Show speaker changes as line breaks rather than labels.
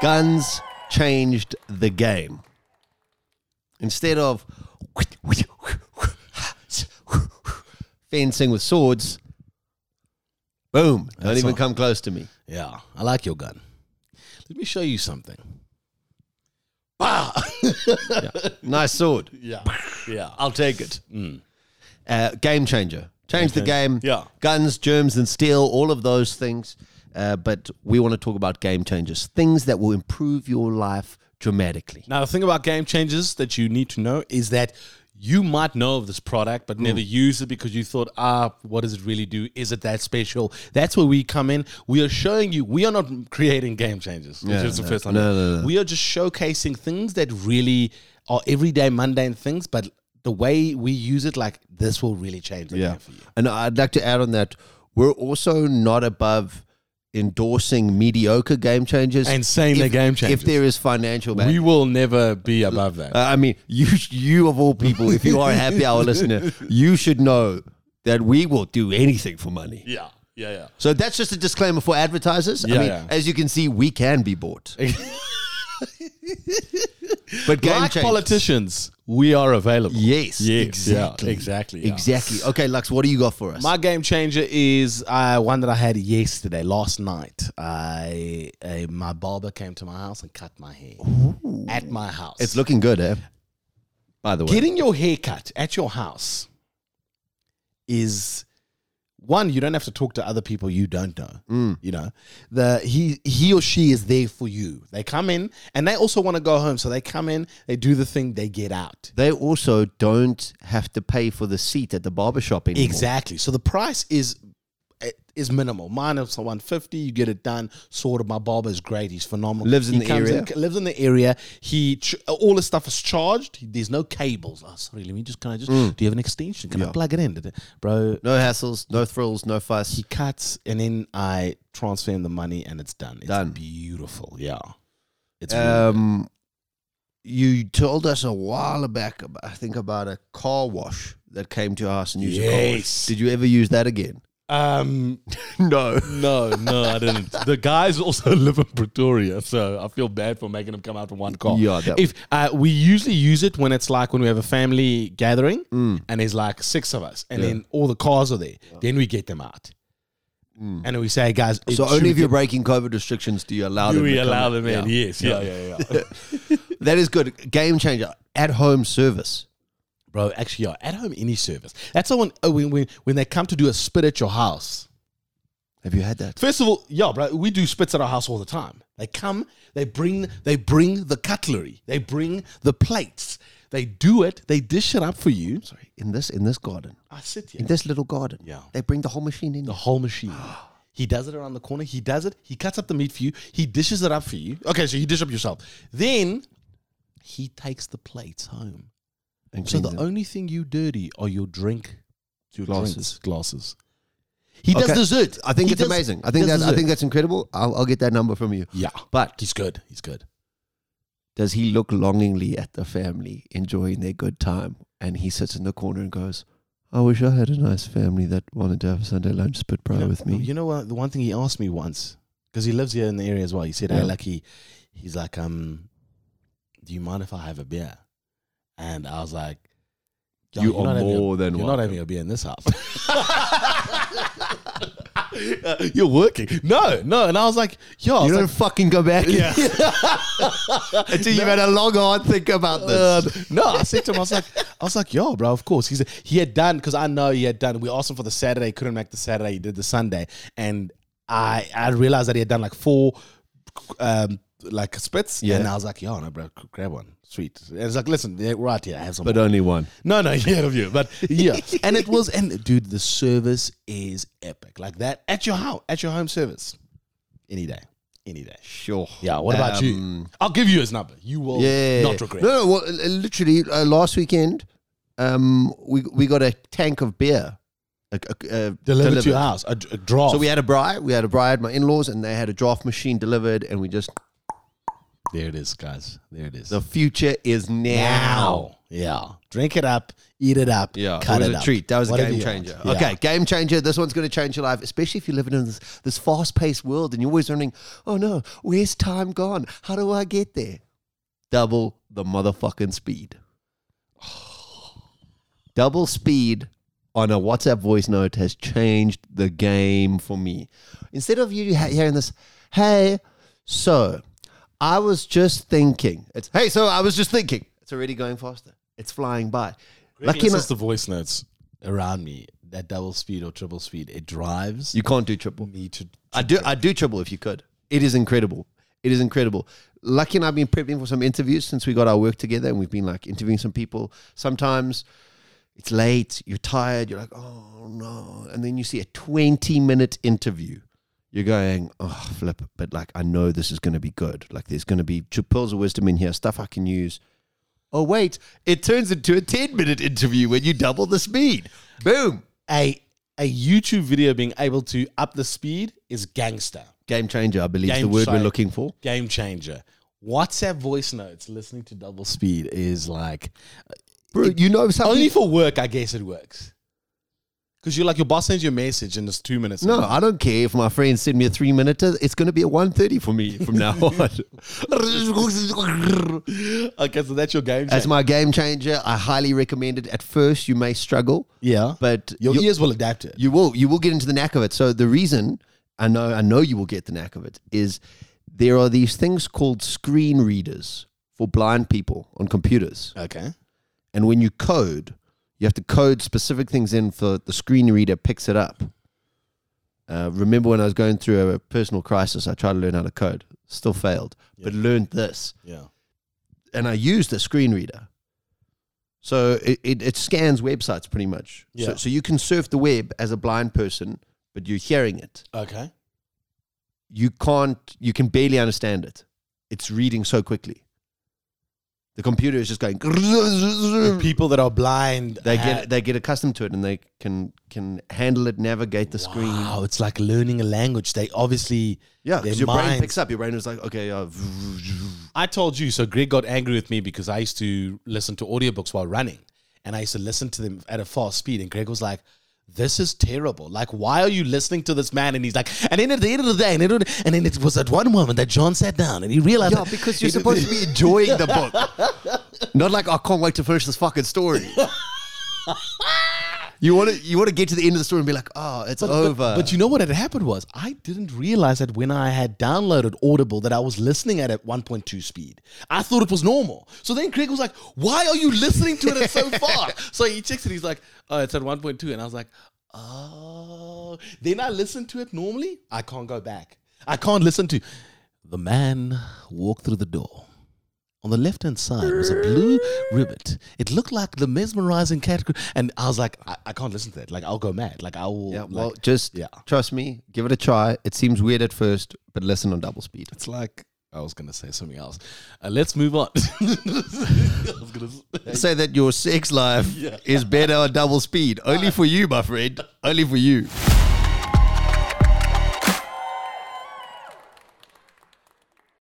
guns changed the game. Instead of fencing with swords, boom, don't
That's
even
all.
come close to me.
Yeah, I like your gun. Let me show you something. Wow.
Nice sword.
yeah. Yeah.
I'll take it. Uh, game changer. Change the game.
Yeah.
Guns, germs, and steel, all of those things. Uh, but we want to talk about game changers, things that will improve your life dramatically.
Now, the thing about game changers that you need to know is that you might know of this product, but never use it because you thought, ah, what does it really do? Is it that special? That's where we come in. We are showing you, we are not creating game changers, which
Yeah,
is the
no,
first time.
no, no, no.
We are just showcasing things that really are everyday, mundane things, but the way we use it, like this will really change the game for you.
And I'd like to add on that we're also not above endorsing mediocre game changers
And saying they're
if-
game changers.
If there is financial value.
We will never be above that.
Uh, I mean, you, you of all people, if you are a happy hour listener, you should know that we will do anything for money.
yeah, yeah, yeah.
So that's just a disclaimer for advertisers. I
Yeah,
mean,
yeah.
as you can see, we can be bought. but game
like
changers.
politicians, we are available.
Yes,
Yes,
exactly.
yeah, exactly, yeah.
Exactly. Okay, Lux, what do you got for us?
My game changer is uh, one that I had yesterday, last night. I, uh, my barber came to my house and cut my hair at my house.
it's looking good, eh? By the way.
getting your hair cut at your house is one you don't have to talk to other people you don't know
Mm.
you know the he he or she is there for you they come in and they also want to go home so they come in they do the thing they get out
they also don't have to pay for the seat at the barbershop anymore.
Exactly. So the price is eh, is minimal. Mine is one fifty. You get it done. Sorted. My barber is great. He's phenomenal.
Lives in
He
the
comes
area.
lives in the area. He ch- all his stuff is charged. He- there's no cables. Oh, sorry. Let me just. Can I just?
Mm.
Do you have an extension? Can I plug it in, Did it- bro?
No hassles, no thrills, no fuss.
He cuts, and then I transfer him the money, and it's done. It's
Done.
Beautiful. Yeah. It's
Um, you told us a while back, about, I think, about a car wash that came to your house and used a car wash.
Yes.
Did you ever use that again?
um.
No.
No, no, I didn't. The guys also live in Pretoria, so I feel bad for making them come out in one car.
Yeah, that-
if uh, we usually use it when it's like when we have a family gathering, and there's like six of us, and then all the cars are there. Then we get them out, and we say, guys, it
So
should
only if you're
get-
breaking COVID restrictions do you allow them.
do we
to come
allow
in.
them in? Yes, yeah, yeah, yeah.
That is good. Game changer. At home service.
Bro, actually, yeah, at home any service. That's the one uh, when, when when they come to do a spit at your house.
Have you had that?
First of all, yeah, bro, we do spits at our house all the time. They come, they bring, they bring the cutlery, they bring the plates, they do it, they dish it up for you. Sorry,
In this in this garden.
I sit
In
here.
this little garden.
Yeah.
They bring the whole machine in.
The whole machine. He does it around the corner. He does it. He cuts up the meat for you. He dishes it up for you. Okay, so you dish up yourself. Then he takes the plates home.
and
So
cleans
the
it.
only thing you dirty are your drink, your
Glasses.
drinks, glasses. He
Okay.
does dessert.
I think
He
it's
does-
amazing. I
he
think
does
that's I
dessert.
think that's incredible. I'll, I'll get that number from you.
yeah,
But
he's good. He's good.
does he look longingly at the family enjoying their good time? And he sits in the corner and goes, I wish I had a nice family that wanted to have a Sunday lunch spit pie
You know-
with me.
You know what? The one thing he asked me once, because he lives here in the area as well. He said,
Yeah.
"Hey, Lucky," he's like, "Um, do you mind if I have a beer?" And I was like, "Yo,
You
you're
are
not having a-
more than
you're not
welcome."
having a beer in this house." you're working. No, no. And I was like, "Yo, I was
You don't
Oh, like,
fucking go back
Yeah.
until you've had a long hard think about this.
Uh, no, I said to him, I was like, I was like, yo, bro, of course. He's he had done because I know he had done. We asked him for the Saturday, couldn't make the Saturday. He did the Sunday, and I I realized that he had done like four, um, like spits.
Yeah.
and I was like, yo, no, bro, grab one, sweet. And it's like, listen, yeah, right here, I have some.
but uh, only one.
No, no, yeah, of you, but yeah, and it was, and dude, the service is epic, like that at your house, at your home service, any day, any day.
Sure. Um,
Yeah, what about you? I'll give you his number. You will
Yeah.
not regret.
No, no. Well, uh, literally uh, last weekend, um, we we got a tank of beer. uh, uh, uh,
delivered to
delivered.
your house, a, a draft.
So we had a bri, we had a bri at my in-laws, and they had a draft machine delivered, and we just
there it is, guys. There it is.
the future is now.
Yeah. Drink it up, eat it up,
Yeah,
cut
it was
it
a
up.
treat. That was
Whatever
a game
you
changer.
want. Yeah.
Okay, game changer. This one's going to change your life, especially if you're living in this, this fast paced world and you're always wondering, oh no, where's time gone? How do I get there? Double the motherfucking speed. Double speed on a WhatsApp voice note has changed the game for me. Instead of you ha- hearing this, hey, so I was just thinking. It's hey, so I was just thinking. It's already going faster. It's flying by.
Lucky
enough-
enough, the voice notes around me. That double speed or triple speed, it drives
You can't do triple.
me to.
I do. I do triple if you could. It is incredible. It is incredible. Lucky and I've been prepping for some interviews since we got our work together, and we've been like interviewing some people. Sometimes it's late, you're tired, you're like, oh no, and then you see a 20 minute interview. You're going, oh flip, but like I know this is going to be good. Like there's going to be two pearls of wisdom in here, stuff I can use. Oh wait, it turns into a 10 minute interview when you double the speed. Boom,
A a YouTube video being able to up the speed is gangster,
game changer. I believe is the
Game
word we're
changer.
looking for.
game changer. WhatsApp voice notes listening to double speed is like
Bro, you know some
only
people-
for work. I guess it works because you're like your boss sends you a message and it's two minutes.
No, I don't care if my friends send me a three minute. It's going to be a one thirty for me from now on.
okay, so that's your game.
As
changer.
my game changer, I highly recommend it. At first, you may struggle,
yeah,
but
your
you,
ears will adapt it.
you will you will get into the knack of it. So the reason I know I know you will get the knack of it is there are these things called screen readers for blind people on computers.
Okay,
And when you code, you have to code specific things in for the screen reader picks it up. Uh, remember when I was going through a personal crisis, I tried to learn how to code, still failed, but learned this.
yeah,
And I used the screen reader. So it, it, it scans websites pretty much. So,
Yeah.
so you can surf the web as a blind person, but you're hearing it.
okay,
You can't, you can barely understand it. It's reading so quickly. The computer is just going.
The people that are blind
they
have-
get they get accustomed to it and they can can handle it, navigate the screen.
Wow, it's like learning a language. They obviously.
Yeah,
Their
because your brain
minds-
picks up. Your brain is like, okay, uh,
I told you, so Greg got angry with me because I used to listen to audiobooks while running. And I used to listen to them at a fast speed. And Greg was like, this is terrible. Like, why are you listening to this man? And he's like, and then at the end of the day, and, it, and then it was at one moment that John sat down and he realized.
yeah,
that-
because you're supposed to be enjoying the book, not like I can't wait to finish this fucking story. you want to you want to get to the end of the story and be like, oh, it's over.
But, but you know what had happened was I didn't realize that when I had downloaded Audible that I was listening at at 1.2 speed. I thought it was normal. So then Craig was like, "Why are you listening to it at so fast?" So he checks it. He's like, "Oh, it's at 1.2," and I was like, "Oh." Then I listened to it normally. I can't go back. I can't listen to. The man walked through the door. On the left hand side was a blue ribbon. It looked like the mesmerizing category. And I was like, I, I can't listen to that. Like, I'll go mad. Like, I will.
yeah,
like-
well, just
yeah.
trust me, give it a try. It seems weird at first, but listen on double speed.
It's like I was gonna say something else. Uh, let's move on. I was gonna say-
Say that your sex life is better on double speed, only for you, my friend, only for you.